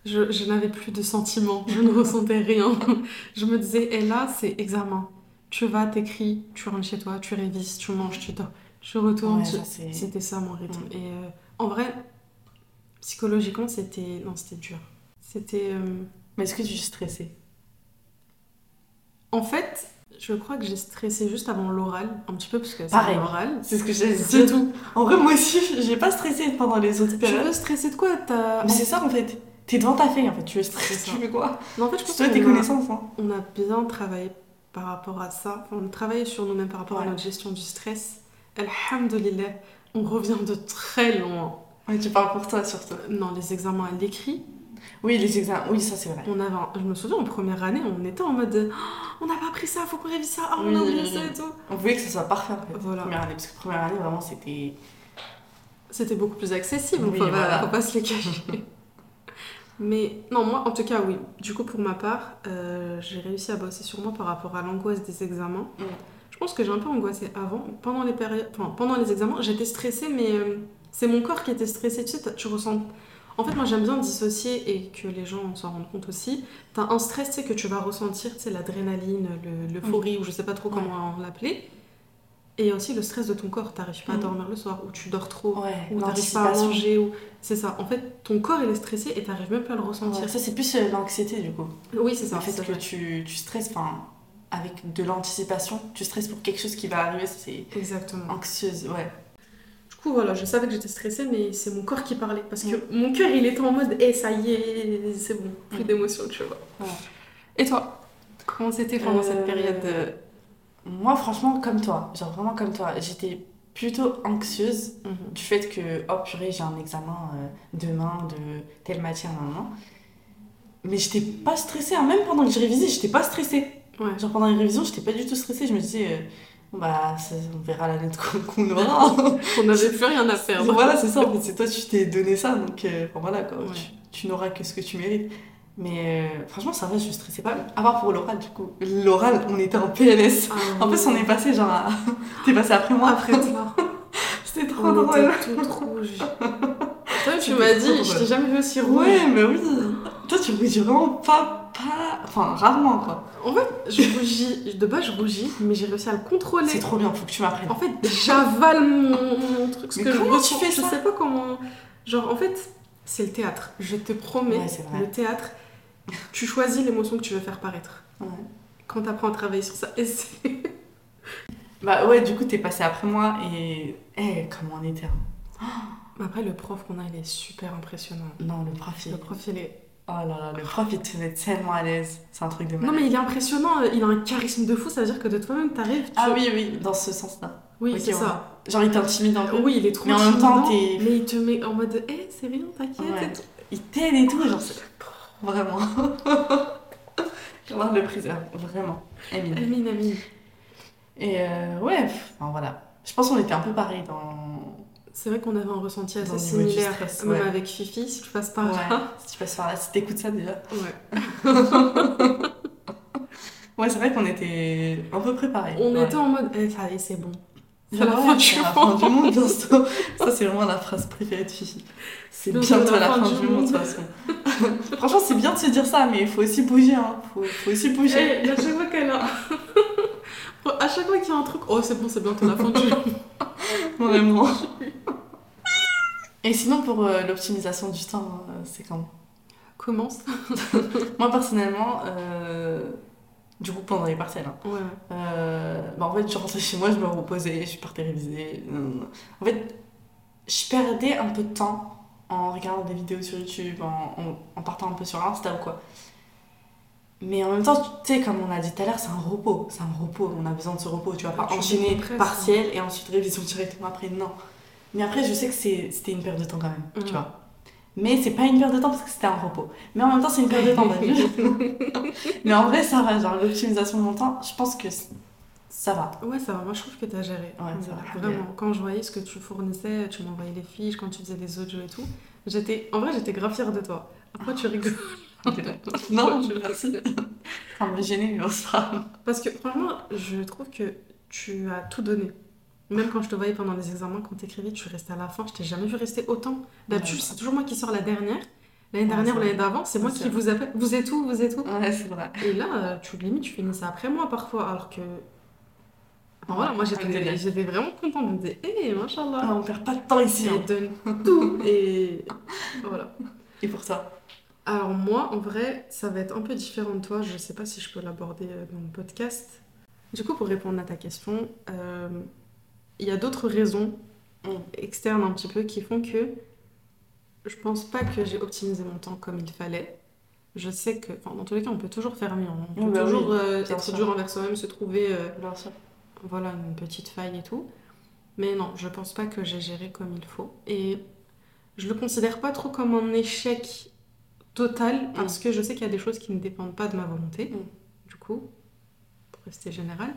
Je, je n'avais plus de sentiments, je ne ressentais rien. Je me disais, et là, c'est examen. Tu vas, t'écris, tu rentres chez toi, tu révises, tu manges, tu dors, tu retournes. Ouais, tu- ça, c'est. C'était ça mon rythme. Mm. Et euh, en vrai, psychologiquement, c'était. Non, c'était dur. C'était. euh, Mais est-ce que tu stressais En fait, je crois que j'ai stressé juste avant l'oral, un petit peu, parce que c'est Pareil. l'oral. C'est ce que j'allais C'est dire. tout. En vrai, moi aussi, j'ai pas stressé pendant les autres Tu périodes. veux stresser de quoi T'as- Mais c'est ça en fait. T'es devant ta feuille en fait, tu veux C'est stresser. ça. Tu veux quoi Non, en fait, je pense C'est toi tes qu'on a- connaissances, hein. on a bien travaillé par rapport à ça. On a travaillé sur nous-mêmes par rapport à Ouais. notre gestion du stress. Alhamdulillah, on revient de très loin. Euh, Ouais, tu parles pour toi surtout. Non, les examens à l'écrit, Oui, les examens, oui, ça c'est vrai. on avait, un- je me souviens, en première année, on était en mode Ah, on n'a pas appris ça, faut qu'on révise ça, ah, on a Oui. oublié ça et tout. On voulait que ce soit parfait en fait. Voilà. Première année, parce que première année, vraiment, c'était. C'était beaucoup plus accessible, Oui, faut, pas- voilà. faut pas se les cacher. Mais non, moi, en tout cas, oui. Du coup, pour ma part, euh, j'ai réussi à bosser sur moi par rapport à l'angoisse des examens. Mm. Je pense que j'ai un peu angoissé avant. Pendant les, périodes, enfin, pendant les examens, j'étais stressée, mais euh, c'est mon corps qui était stressé. Tu sais, t'as- tu ressens... En fait, moi, j'aime bien dissocier et que les gens s'en rendent compte aussi. T'as un stress, tu sais, que tu vas ressentir, tu sais, l'adrénaline, le- Mm. l'euphorie, ou je sais pas trop comment l'appeler. Et il y a aussi le stress de ton corps. T'arrives pas à Mm. dormir le soir, ou tu dors trop, Ouais, ou t'arrives pas à manger ou c'est ça en fait ton corps il est stressé et t'arrives même pas à le ressentir Ouais, Ça, c'est plus euh, l'anxiété du coup. oui c'est ça Le fait c'est que vrai. tu, tu stresses, enfin, avec de l'anticipation, tu stresses pour quelque chose qui va arriver, ça, c'est exactement anxieuse, ouais. du coup voilà je savais que j'étais stressée mais c'est mon corps qui parlait parce que Mm. mon cœur il était en mode eh ça y est c'est bon plus Mm. d'émotion tu vois Ouais. et toi comment c'était pendant cette Euh, période euh, Moi, franchement, comme toi, genre vraiment comme toi, j'étais plutôt anxieuse du fait que oh purée j'ai un examen euh, demain de telle matière nan, nan. mais j'étais pas stressée hein. même pendant que je révisais j'étais pas stressée Ouais. genre pendant les révisions j'étais pas du tout stressée je me disais euh, Bon, bah ça, on verra la note qu'on- qu'on aura on n'avait plus rien à faire voilà c'est ça en fait c'est toi tu t'es donné ça donc euh, enfin, voilà quoi Ouais. tu, tu n'auras que ce que tu mérites mais euh, franchement ça va je stressais pas à part pour l'oral du coup l'oral on était en PLS Ah. en plus on est passé genre à... t'es passé après moi après toi Ah, c'était trop on drôle était toutes rouges toi tu C'était m'as trop dit je drôle. t'ai jamais vu aussi rouge Ouais, mais oui. Toi, tu rougis vraiment pas, pas. Enfin, rarement, quoi. En fait, je rougis, de base je rougis, mais j'ai réussi à le contrôler. C'est trop bien, faut que tu m'apprennes. En fait, j'avale mon, mon truc, ce Mais que je comment tu ressens. fais Je ça sais pas comment. Genre, en fait, c'est le théâtre. Je te promets, Ouais, c'est vrai. le théâtre, tu choisis l'émotion que tu veux faire paraître. Ouais. Quand t'apprends à travailler sur ça, et c'est- Bah ouais, du coup, t'es passé après moi et. Eh, comment on était. hein. Mais Après, le prof qu'on a, il est super impressionnant. Non, le prof, il. Le prof, il est. Oh là là, le prof, il te met tellement à l'aise. C'est un truc de malade. Non, mais il est impressionnant, il a un charisme de fou, ça veut dire que de toi-même, t'arrives. tu- Ah oui, oui, dans ce sens-là. Oui, Ah, Ok, c'est ouais. ça. Genre, il t'intimide un peu. Oui, il est trop Mais en même temps, intimidant, t'es- Mais il te met en mode, hé, c'est rien, t'inquiète. Ouais. et tout. Il t'aide et tout, genre, c'est- Vraiment. Genre, le préserve, vraiment. Amine. Amine, Amine. Et euh, ouais, pff, enfin, voilà. Je pense qu'on était un peu pareil dans. C'est vrai qu'on avait un ressenti assez Dans le niveau du similaire, stress, même ouais. avec Fifi, si tu passes par Ouais, là. si tu passes par là, si t'écoutes ça déjà. Ouais. Ouais, c'est vrai qu'on était un peu préparés. On Ouais. était en mode, eh, ça y est, c'est bon. Ouais, C'est la fin du c'est la monde. fin du monde, bientôt. Ça, c'est vraiment la phrase préférée de Fifi. C'est Donc, bientôt la fin du monde, de toute façon. Franchement, c'est bien de se dire ça, mais il faut aussi bouger, hein. Faut, faut aussi bouger. Eh, à chaque fois qu'elle a. à chaque fois qu'il y a un truc, oh, c'est bon, c'est bientôt la fin du monde. Eh. Vraiment. Et sinon, pour euh, l'optimisation du temps, euh, c'est quand Commence. Moi, personnellement, euh, du coup, pendant les partiels, hein, Ouais, ouais. euh, bah, en fait, je rentrais chez moi, je me reposais, je partais réviser. euh, En fait, je perdais un peu de temps en regardant des vidéos sur YouTube, en, en- en partant un peu sur Insta ou quoi. Mais en même temps, tu sais, comme on a dit tout à l'heure, c'est un repos. C'est un repos, on a besoin de ce repos. Tu vas pas Tu enchaîner décompresses, hein. partiel et ensuite révision directement après, non. Mais après, je sais que c'est- c'était une perte de temps quand même, Mhm. tu vois. Mais c'est pas une perte de temps parce que c'était un repos. Mais en même temps, c'est une perte de temps. t'as vu Mais en vrai, ça va. Genre, l'optimisation de mon temps, je pense que c- ça va. Ouais, ça va. Moi, je trouve que t'as géré. Ouais, ça va. Vraiment. Quand je voyais ce que tu fournissais, tu m'envoyais les fiches, quand tu faisais les audios et tout, j'étais. En vrai, j'étais grave fière de toi. Après, tu rigoles. non, je merci. Ça me gêner, mais on sera. Parce que, franchement, je trouve que tu as tout donné. Même quand je te voyais pendant les examens, quand t'écrivais, tu restais à la fin. Je t'ai jamais vu rester autant. D'habitude, Ouais. c'est toujours moi qui sors la dernière. Ouais, L'année dernière c'est ou l'année vrai. d'avant, c'est Ouais, moi c'est qui vous appelle. Vous êtes où Vous êtes où Ouais, c'est vrai. Et là, euh, tu limite, tu finissais après moi parfois, alors que. Enfin, voilà, moi Avec des liens. j'étais j'étais vraiment contente. Je me disais, eh, hé, Ah, machallah on perd pas de temps ici. hein. Elle donne tout et. Voilà. Et pour ça Alors, moi, en vrai, ça va être un peu différent de toi. Je sais pas si je peux l'aborder euh, dans le podcast. Du coup, pour répondre à ta question, euh, il y a d'autres raisons Mm. externes un petit peu qui font que je pense pas que j'ai optimisé mon temps comme il fallait. Je sais que, enfin, dans tous les cas, on peut toujours faire mieux. On peut Oui, bah toujours euh, bien être sûr. dur envers soi-même, se trouver euh, Bien sûr. voilà, une petite faille et tout. Mais non, je pense pas que j'ai géré comme il faut. Et je le considère pas trop comme un échec total, parce que je sais qu'il y a des choses qui ne dépendent pas de ma volonté, du coup, pour rester général.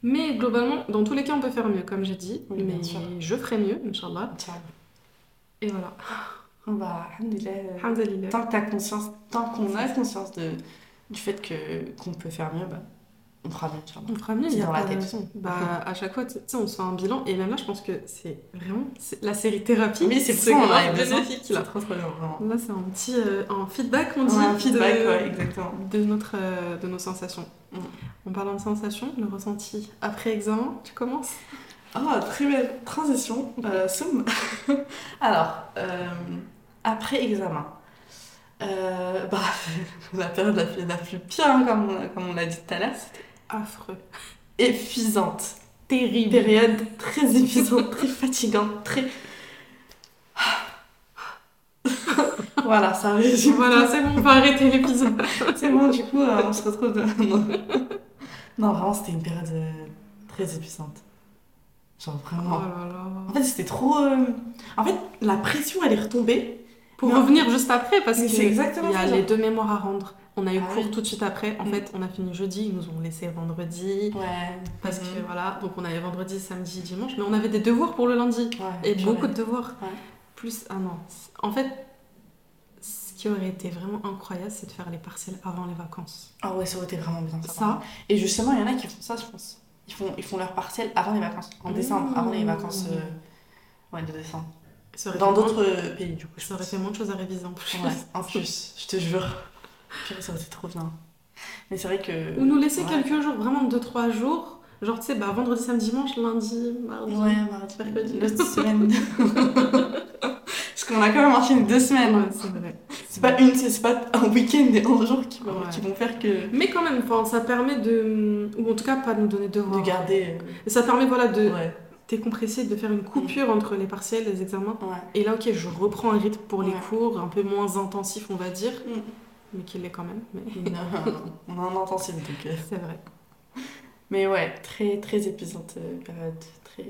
Mais globalement, dans tous les cas, on peut faire mieux, comme j'ai dit. Oui, bien mais sûr. je ferai mieux, Inch'Allah. Tiens. Et voilà. Bah, alhamdoulilah. Alhamdoulilah. Tant que t'as conscience, tant qu'on a conscience de, du fait que qu'on peut faire mieux, bah, on fera mieux, Inch'Allah. On fera mieux, il C'est y a dans la pas- tête. Ah. Bah, à chaque fois, tu tu sais, on se fait un bilan. Et même là, je pense que c'est vraiment c'est- la série thérapie. Mais c'est c'est hein, pour ça qu'on grave a besoin. bénéfique, là. C'est trop trop bien, vraiment. Là, c'est un petit euh, un feedback, on dit. On a un feedback, de, ouais, exactement. de, notre, euh, de nos sensations. Mm. En parlant de sensations, le ressenti après examen, tu commences Ah, très belle transition. Euh, soum. Alors, euh, après examen, euh, bah, la période la plus, la plus pire, hein, comme, on- comme on l'a dit tout à l'heure, c'était Affreux. épuisante. Terrible. Période très épuisante, très fatigante, très. voilà, ça résume. Voilà, c'est bon, on va arrêter l'épisode. C'est bon, du coup, euh, on se retrouve demain. non, vraiment, c'était une période euh, très épuisante. Genre, Oh vraiment. là là. En fait, c'était trop. euh, En fait, la pression, elle est retombée. Pour Mais- revenir juste après, parce Mais que c'est exactement il y a ça, les genre. deux mémoires à rendre. On a eu Ah cours oui. tout de suite après. En Mm. fait, on a fini jeudi, ils nous ont laissé vendredi. Ouais. Parce Mm. que voilà, donc on avait vendredi, samedi, dimanche, mais on avait des devoirs pour le lundi. Et beaucoup de devoirs. Ouais. Plus un an. En fait, ce qui aurait été vraiment incroyable, c'est de faire les partiels avant les vacances. Ah ouais, ça aurait été vraiment bien ça. Ça, Et justement, il y en a qui font ça, je pense. Ils font, ils font leur partiel avant les vacances, en Mmh. décembre, avant les vacances euh, ouais, de décembre. ça aurait, Dans fait moins- d'autres euh, pays, du coup, je ça aurait pense. fait moins de choses à réviser en plus. Ouais, en plus, je te jure. Purée, ça aurait été trop bien. Mais c'est vrai que. Ou nous laisser Ouais. quelques jours, vraiment 2-3 jours. Genre, tu sais, bah, vendredi, samedi, dimanche, lundi, mardi. Ouais, bah, mardi, mercredi. l'autre semaine. Parce qu'on a quand même enchaîné deux semaines. Ouais, c'est vrai. C'est pas une, c'est pas un week-end et un jour qui, vont- Ouais. qui vont faire que Mais quand même, enfin, ça permet de. Ou en tout cas, pas de nous donner de devoirs. de garder. Ça permet, voilà, de euh, Ouais, Mm. décompresser, de faire une coupure entre les partiels, les examens. ouais. Et là, ok, je reprends un rythme pour les Ouais. cours, un peu moins intensif, on va dire, Mm. mais qu'il l'est quand même. Mais Non, on est en intensif donc. euh, c'est vrai. Mais ouais, très, très épuisante euh, période. Très...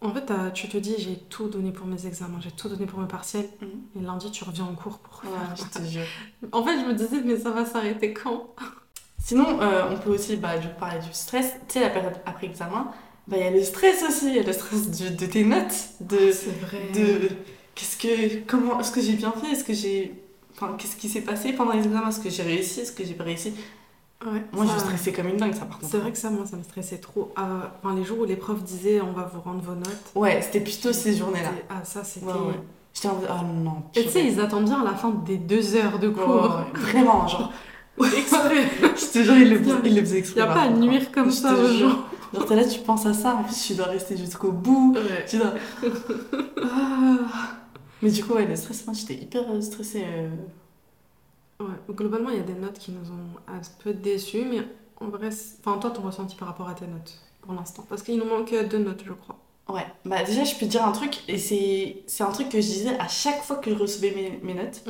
En fait, t'as- tu te dis, j'ai tout donné pour mes examens, j'ai tout donné pour mes partiels. Mhm. Et lundi, tu reviens en cours pour Ouais, faire. je te jure. En fait, je me disais, mais ça va s'arrêter quand Sinon, euh, on peut aussi bah, du coup, parler du stress. Tu sais, la période après examen, bah, il y a le stress aussi. Il y a le stress du- de tes notes, de vrai. de qu'est-ce que comment est-ce que j'ai bien fait est-ce que j'ai enfin qu'est-ce qui s'est passé pendant les examens est-ce que j'ai réussi est-ce que j'ai pas réussi Ouais, moi ça- je stressais comme une dingue ça par contre C'est vrai que ça, moi, ça me stressait trop. Euh, Enfin, les jours où les profs disaient, on va vous rendre vos notes. ouais c'était plutôt ces journées là C'était- Ah, ça, c'était. ouais ouais j'étais en mode oh non Et tu sais, purée. ils attendent bien la fin des deux heures de Ouais, cours. ouais, ouais, vraiment genre Exprès. je te jure il le, fais- il le faisait Il exprès a par pas à contre. nuire comme Je ça te aux jure. gens. genre t'es là tu penses à ça en plus tu dois rester jusqu'au bout tu dois Ah. mais du coup ouais le stress moi j'étais hyper euh, stressée euh. Ouais, globalement, il y a des notes qui nous ont un peu déçus, mais en vrai, c'est- enfin, toi, ton ressenti par rapport à tes notes pour l'instant. Parce qu'il nous manque euh, deux notes, je crois. Ouais, bah déjà je peux te dire un truc, et c'est c'est un truc que je disais à chaque fois que je recevais mes- mes notes,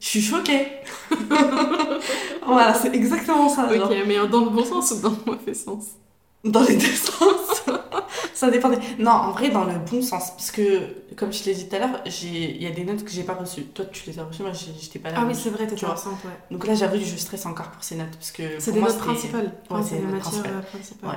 Je suis choquée. voilà, c'est exactement ça. genre. Ok, mais dans le bon sens ou dans le mauvais sens Dans les deux sens. ça dépend. des- Non, en vrai, dans le bon sens. Parce que, comme je te l'ai dit tout à l'heure, j'ai- il y a des notes que j'ai pas reçues. Toi, tu les as reçues, moi, j'ai- j'étais pas là. Ah oui, c'est vrai, t'étais Euh, Tu vois. absente, ouais. Donc là, j'avoue, je stresse encore pour ces notes. Parce que C'est pour des moi, notes c'était- principales. Enfin, c'est c'est des des notes matières principales. euh, principales. Ouais.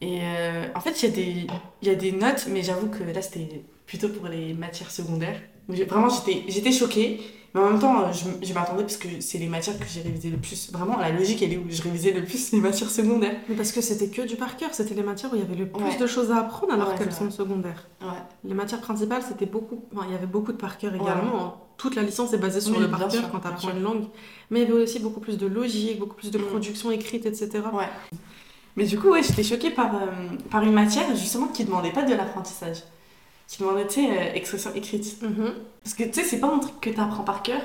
Et euh, en fait, il y, a des- il y a des notes, mais j'avoue que là, c'était plutôt pour les matières secondaires. Donc, j'ai- Vraiment, j'étais j'étais choquée. Mais en même temps, euh, je, je m'attendais parce que c'est les matières que j'ai révisées le plus. Vraiment, la logique, elle est où je révisais le plus les matières secondaires. Mais parce que c'était que du par cœur, c'était les matières où il y avait le plus Ouais. de choses à apprendre alors Ouais, qu'elles c'est sont secondaires. Ouais. Les matières principales, c'était beaucoup. enfin, il y avait beaucoup de par cœur également. hein. Toute la licence est basée sur Oui, le bien par sûr, cœur quand bien t'apprends sûr. une langue. Mais il y avait aussi beaucoup plus de logique, beaucoup plus de Mm. production écrite, etc. Ouais. Mais du coup, ouais, j'étais choquée par, euh, par une matière justement qui demandait pas de l'apprentissage. Qui demandait, tu sais, euh, expression écrite. Mhm. Parce que, tu sais, c'est pas un truc que t'apprends par cœur.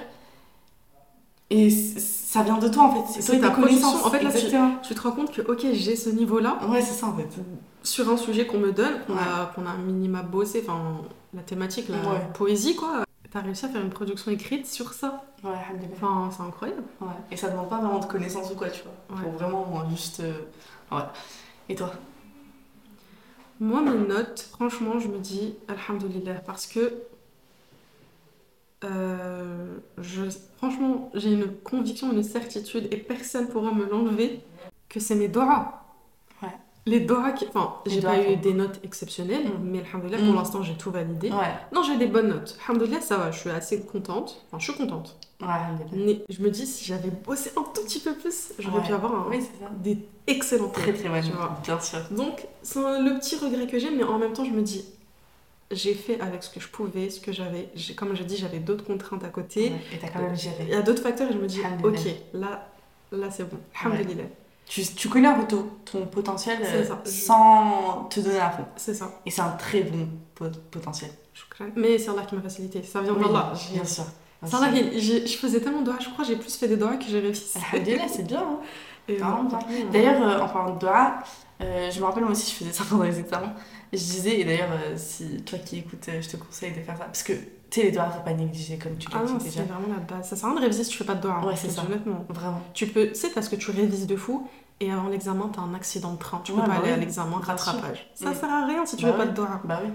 Et c- ça vient de toi en fait. C'est toi et ta tes production. connaissances. En fait, là, tu- Exactement. Tu te rends compte que, ok, j'ai ce niveau-là Ouais, c'est ça en fait. sur un sujet qu'on me donne, qu'on a, qu'on a un minima bossé, enfin, la thématique, la Ouais. poésie, quoi. T'as réussi à faire une production écrite sur ça. Ouais, alhamdulillah. Enfin, c'est incroyable. Ouais. Et ça demande pas vraiment de connaissances ou quoi, tu vois. Ouais. Faut vraiment euh, juste. euh, Ouais. Et toi Moi, mes notes, franchement, je me dis Alhamdulillah parce que euh, je, franchement, j'ai une conviction, une certitude et personne pourra me l'enlever que c'est mes doigts. Ouais. Les doigts qui. Enfin, Les j'ai doigts pas font- eu des notes exceptionnelles, Mm. mais Alhamdulillah, Mm. pour l'instant, j'ai tout validé. Ouais. Ouais, Non, j'ai des bonnes notes. Alhamdulillah, ça va, je suis assez contente. Enfin, je suis contente. alhamdulillah. Mais je me dis, si j'avais bossé un tout petit peu plus, j'aurais Ouais. pu avoir un- Oui, c'est ça. des excellentes Très très bonne, Tu vois. bien sûr. donc, c'est un- le petit regret que j'ai, mais en même temps, je me dis, j'ai fait avec ce que je pouvais, ce que j'avais. J'ai- Comme j'ai dit, j'avais d'autres contraintes à côté. Ouais, Et t'as quand même Il géré. y a d'autres facteurs et je me dis, ok, Alhamdulillah. là, là c'est bon. Alhamdulillah. Tu, tu connais un peu ton, ton potentiel C'est euh, ça. sans te donner à fond. C'est ça. Et c'est un très bon po- potentiel. Shukran. Mais c'est Allah qui m'a facilité. Ça vient Oui, d'Allah. bien sûr. bien C'est sûr. Allah qui- j'ai- Je faisais tellement de doigts, je crois, que j'ai plus fait des doigts que j'ai réussi. Alhamdulillah, c'est bien. hein. Et Ah, voilà. D'ailleurs, euh, en parlant de doha, euh, je me rappelle moi aussi, je faisais ça pendant les examens. Je disais, et d'ailleurs, euh, si toi qui écoutes, euh, je te conseille de faire ça. Parce que, tu sais, les doigts, faut pas négliger comme tu Ah l'as non, dit c'est déjà. vraiment la base. Ça sert à rien de réviser si tu fais pas de doigts. hein, Ouais, c'est je te ça. dis Honnêtement. Vraiment. Tu peux, c'est parce que tu révises de fou et avant l'examen, t'as un accident de train. Tu Ouais, peux pas bah aller oui, à l'examen, bien sûr. rattrapage. Ça Mm. sert à rien si tu Bah fais pas oui. de doigts. Bah oui.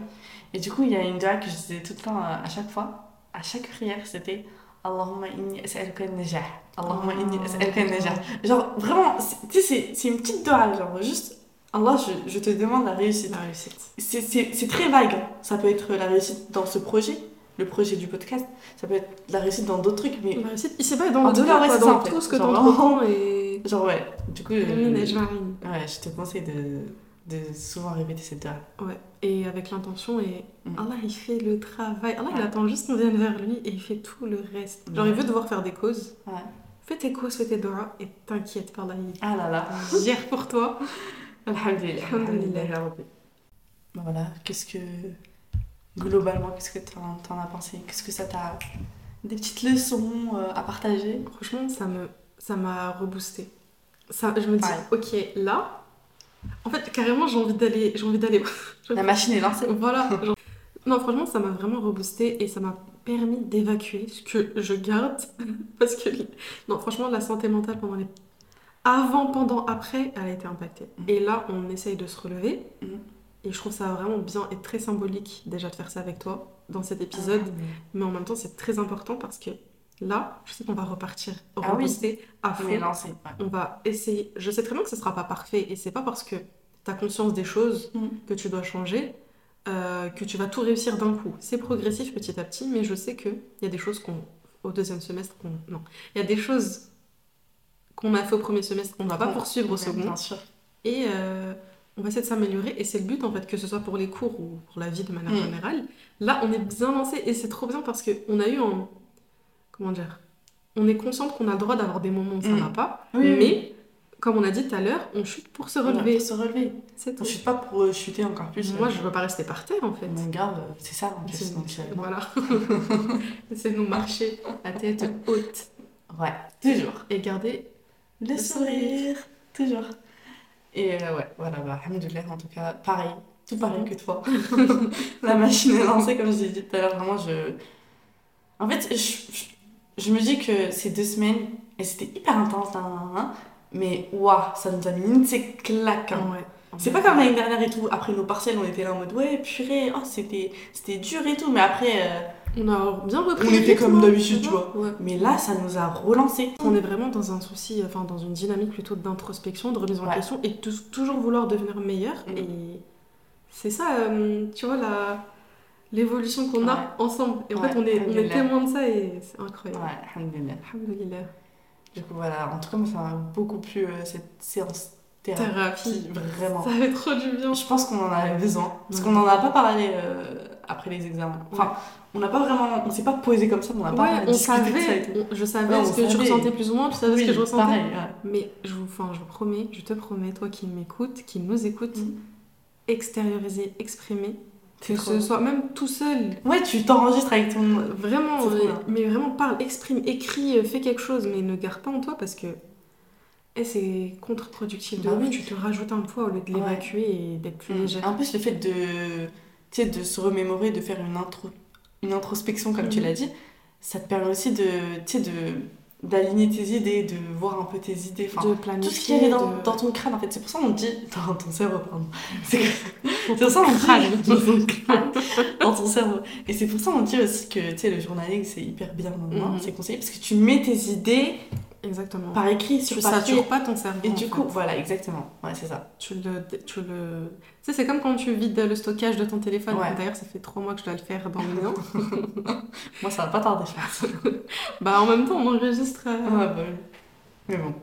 Et du coup, il y a une doha que je disais tout le temps euh, à chaque fois, à chaque prière, c'était Allahumma inni as'aluka al-najah. Allahumma inni Ah. as'aluka al-najah. Genre, vraiment, c'est- tu sais, c'est- c'est une petite doha, genre, juste Allah, je, je te demande la réussite. La réussite. C'est- C'est c'est très vague. hein. Ça peut être la réussite dans ce projet, le projet du podcast, ça peut être la réussite dans d'autres trucs, mais La réussite, il sait pas, dans, En tout tout, cas, ouais, quoi, c'est ça, dans en fait. tout ce que Genre, t'entreprends et. genre, ouais, du coup, Amin euh, ajma'in. ouais, je te conseille de, de souvent répéter cette doha. Ouais. Et avec l'intention et Mm. Allah il fait le travail. Allah il Ouais. attend juste qu'on vienne vers lui et il fait tout le reste. Genre Ouais. il veut devoir faire des causes. Ouais. Fais tes causes, fais tes doigts et t'inquiète par là, il Ah là là. gère pour toi. Alhamdulillah. Alhamdulillah. ya Rabbi. Bon, Bah Voilà, qu'est-ce que. Globalement, qu'est-ce que t'en t'en as pensé Qu'est-ce que ça t'a. Des petites leçons euh, à partager Franchement, ça me, ça m'a reboosté. Ça, je me dis, Pareil. ok, là, en fait, carrément, j'ai envie d'aller, j'ai envie d'aller. La machine est lancée. voilà. genre- Non, franchement, ça m'a vraiment reboosté et ça m'a permis d'évacuer ce que je garde parce que non, franchement, la santé mentale pendant les avant, pendant, après, elle a été impactée. Mhm. Et là, on essaye de se relever. Mhm. Et je trouve ça vraiment bien et très symbolique déjà de faire ça avec toi dans cet épisode. Mais en même temps, c'est très important parce que là, je sais qu'on va repartir, Ah oui. rebooster à On est fond. lancé. On va essayer. Je sais très bien que ce sera pas parfait et c'est pas parce que tu as conscience des choses Mm. que tu dois changer euh, que tu vas tout réussir d'un coup. C'est progressif petit à petit, mais je sais que il y a des choses qu'on au deuxième semestre qu'on non, il y a des choses qu'on a fait au premier semestre qu'on ne va pas Qu'on- poursuivre au second Bien sûr. et euh, on va essayer de s'améliorer et c'est le but en fait que ce soit pour les cours ou pour la vie de manière Mm. générale là on est bien lancé et c'est trop bien parce que on a eu un comment dire on est consciente qu'on a le droit d'avoir des moments où ça Mm. va pas Oui, oui, mais comme on a dit tout à l'heure on chute pour se relever Relever, se relever. c'est Je tout suis pas pour euh, chuter encore plus. moi je veux pas rester par terre en fait Mon garde, euh, c'est ça en plus. C'est- Donc, euh, voilà c'est nous marcher à tête haute ouais, toujours. et garder Le sourire, toujours. Et euh, ouais, voilà, bah, Hamdoullah, en tout cas, pareil, tout pareil que toi. La machine est lancée, comme je l'ai dit tout à l'heure, vraiment, je. En fait, je, je, je me dis que ces deux semaines, et c'était hyper intense, hein, hein, hein, mais waouh, ça nous a mis une de ces claques. hein. Ouais. C'est pas comme l'année dernière et tout, après nos parcelles, on était là en mode ouais, purée, oh, c'était c'était dur et tout, mais après. euh, on a bien repris On le était comme rythme, hein. d'habitude, tu vois. Ouais. Mais là, ça nous a relancé. On est vraiment dans un souci, enfin dans une dynamique plutôt d'introspection, de remise en Ouais. question et tou- toujours vouloir devenir meilleur. Mhm. Et c'est ça, euh, tu vois, la- l'évolution qu'on Ouais. a ensemble. Et en fait, Ouais, on est, on est alhamdoulilah. témoin de ça et c'est Ouais, incroyable. alhamdoulilah. Alhamdoulilah. Du coup, voilà, en tout cas, moi, ça m'a beaucoup plu euh, cette séance thérapie, Thérapie. vraiment. Ça Mm. fait trop du bien. Je pense qu'on en avait besoin, parce Ouais. qu'on n'en a pas parlé euh, après les examens. Enfin, on n'a pas vraiment, on s'est pas posé comme ça, on n'a pas ouais, on discuté de ça et savait, tout. on- je savais Ouais, ce on que tu savait. ressentais plus ou moins, tu savais Oui, ce que je ressentais. Pareil, ouais. Mais je vous, enfin, je vous promets, je te promets, toi qui m'écoutes, qui nous écoutes, Mhm. extérioriser, exprimer, C'est que trop ce bien. soit même tout seul, Ouais, tu t'enregistres avec ton. Vraiment, C'est trop mais- bien. mais vraiment parle, exprime, écris, euh, fais quelque chose, mais ne garde pas en toi parce que eh, c'est contre-productif de Bah ouf, oui. Tu te rajoutes un poids au lieu de Ouais. Mm. l'évacuer et d'être plus légère. Ah, En plus, le fait de, tu sais, de se remémorer, de faire une, intro, une introspection, comme tu Mhm. l'as dit, ça te permet aussi de, tu sais, de d'aligner tes idées, de voir un peu tes idées. Enfin, de planifier. tout ce qu'il y avait dans, de- dans ton crâne, en fait. C'est pour ça qu'on dit. Dans ton cerveau, pardon. C'est c'est ton pour ça qu'on crâne. dit. Dans ton crâne. dans ton cerveau. Et c'est pour ça qu'on dit aussi que tu sais, le journaling, c'est hyper bien maintenant. Mhm. C'est conseillé parce que tu mets tes idées Exactement. par écrit sur tu papier. satures pas ton cerveau. Et en du fait. coup, voilà, exactement. Ouais, c'est ça. tu le. Tu le... Tu sais, c'est comme quand tu vides le stockage de ton téléphone. Ouais. D'ailleurs, ça fait trois mois que je dois le faire dans le mien. Moi, ça va pas tarder, je pense. Ouais, bah, en même temps, on enregistre. euh, bah oui. Mais bon.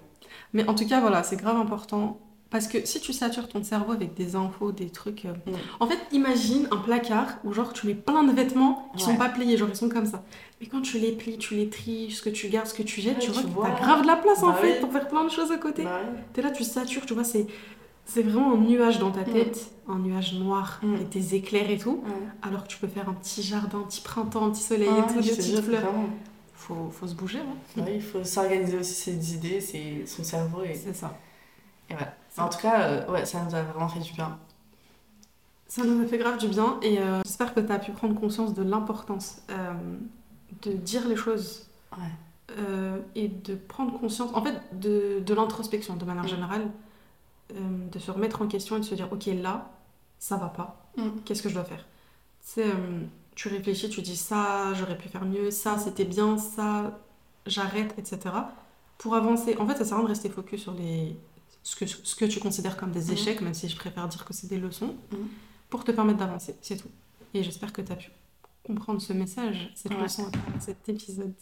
Mais en tout cas, voilà, c'est grave important. Parce que si tu satures ton cerveau avec des infos, des trucs. euh, Mm. En fait, imagine un placard où, genre, tu mets plein de vêtements qui Ouais. sont pas pliés, genre, ils sont comme ça. Mais quand tu les plies, tu les tries, ce que tu gardes, ce que tu jettes, Ouais, tu vois tu que vois. t'as grave de la place en Bah fait oui. pour faire plein de choses à côté. Bah ouais. T'es là, tu satures, tu vois, c'est. C'est vraiment un nuage dans ta Mm. tête, un nuage noir, Mm. avec des éclairs et tout, Ouais. alors que tu peux faire un petit jardin, un petit printemps, un petit soleil Ah, et tout, je des te jure, petites fleurs. vraiment. Faut, faut se bouger, hein. Ouais, il faut s'organiser aussi ses idées, ses- son cerveau. Et... C'est ça. Mais En tout cas, euh, ouais, ça nous a vraiment fait du bien. Ça nous a fait grave du bien et euh, j'espère que tu as pu prendre conscience de l'importance euh, de dire les choses Ouais. Euh, et de prendre conscience, en fait, de, de l'introspection de manière Mm. générale, euh, de se remettre en question et de se dire, ok, là, ça va pas, Mm. qu'est-ce que je dois faire Tu sais, euh, tu réfléchis, tu dis ça, j'aurais pu faire mieux, ça, c'était bien, ça, j'arrête, etc. Pour avancer, en fait, ça sert à rien de rester focus sur les... ce, que, ce que tu considères comme des Mhm. échecs, même si je préfère dire que c'est des leçons, Mhm. pour te permettre d'avancer, c'est tout. Et j'espère que tu as pu comprendre ce message, cette Ouais. leçon, à travers cet épisode.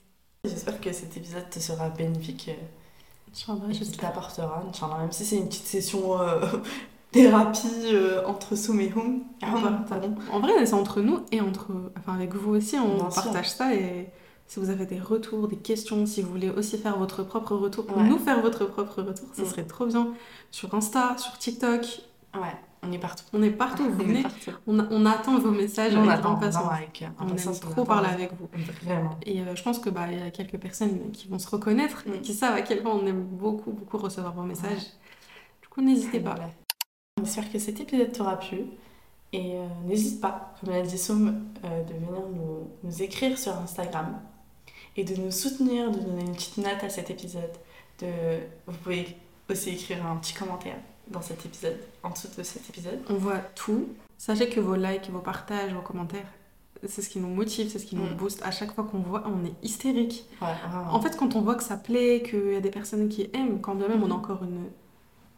J'espère que cet épisode te sera bénéfique euh, Inch'Allah, et qu'il j'espère. t'apportera, Inch'Allah, même si c'est une petite session euh, thérapie euh, entre Soum et Houm. On Houm, partage. pardon. En vrai, c'est entre nous et entre, enfin avec vous aussi, on Bien sûr. partage ça. Et si vous avez des retours, des questions, si vous voulez aussi faire votre propre retour, Ouais. nous faire votre propre retour, ce Mm. serait trop bien. Sur Insta, sur TikTok, Ouais, on est partout. on est partout. Ah, Vous on est venez, partout. on, on attend vos messages on avec attend vraiment impatience. avec euh, On impatience, aime on trop attend. parler avec vous. Vraiment. Et euh, je pense que bah il y a quelques personnes qui vont se reconnaître, Mm. qui savent à quel point on aime beaucoup beaucoup recevoir vos messages. Du coup, n'hésitez pas. Voilà. J'espère que cet épisode t'aura plu. Et euh, n'hésite pas, comme l'a dit Soum, euh, de venir nous, nous écrire sur Instagram et de nous soutenir, de donner une petite note à cet épisode. De... Vous pouvez aussi écrire un petit commentaire dans cet épisode, en dessous de cet épisode. On voit tout. Sachez que vos likes, vos partages, vos commentaires, c'est ce qui nous motive, c'est ce qui nous Mm. booste. À chaque fois qu'on voit, on est hystérique. Ouais, vraiment. En fait, quand on voit que ça plaît, qu'il y a des personnes qui aiment, quand bien même Mm. on a encore une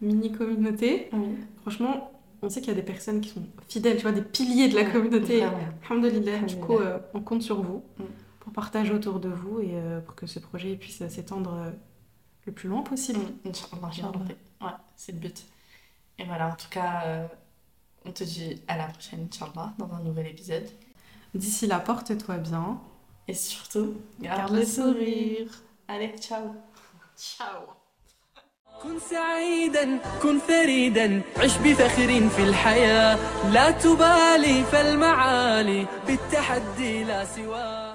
mini communauté, Oui, franchement, on sait qu'il y a des personnes qui sont fidèles, tu vois, des piliers de la Ouais, communauté. vraiment. Alhamdoulilah, Mm. du Alhamdoulilah. coup, euh, on compte sur vous Mm. pour partager autour de vous et euh, pour que ce projet puisse euh, s'étendre euh, le plus loin possible. Mm, Inch'Allah, j'ai Inch'Allah. inventé. Ouais, c'est le but. Et voilà, en tout cas, euh, on te dit à la prochaine, Inch'Allah, dans un nouvel épisode. D'ici là, porte-toi bien. Et surtout, garde, Garde le le sourire. Allez, ciao Ciao كن سعيدا كن فريدا عش بفخر في الحياة لا تبالي فالمعالي بالتحدي لا سواه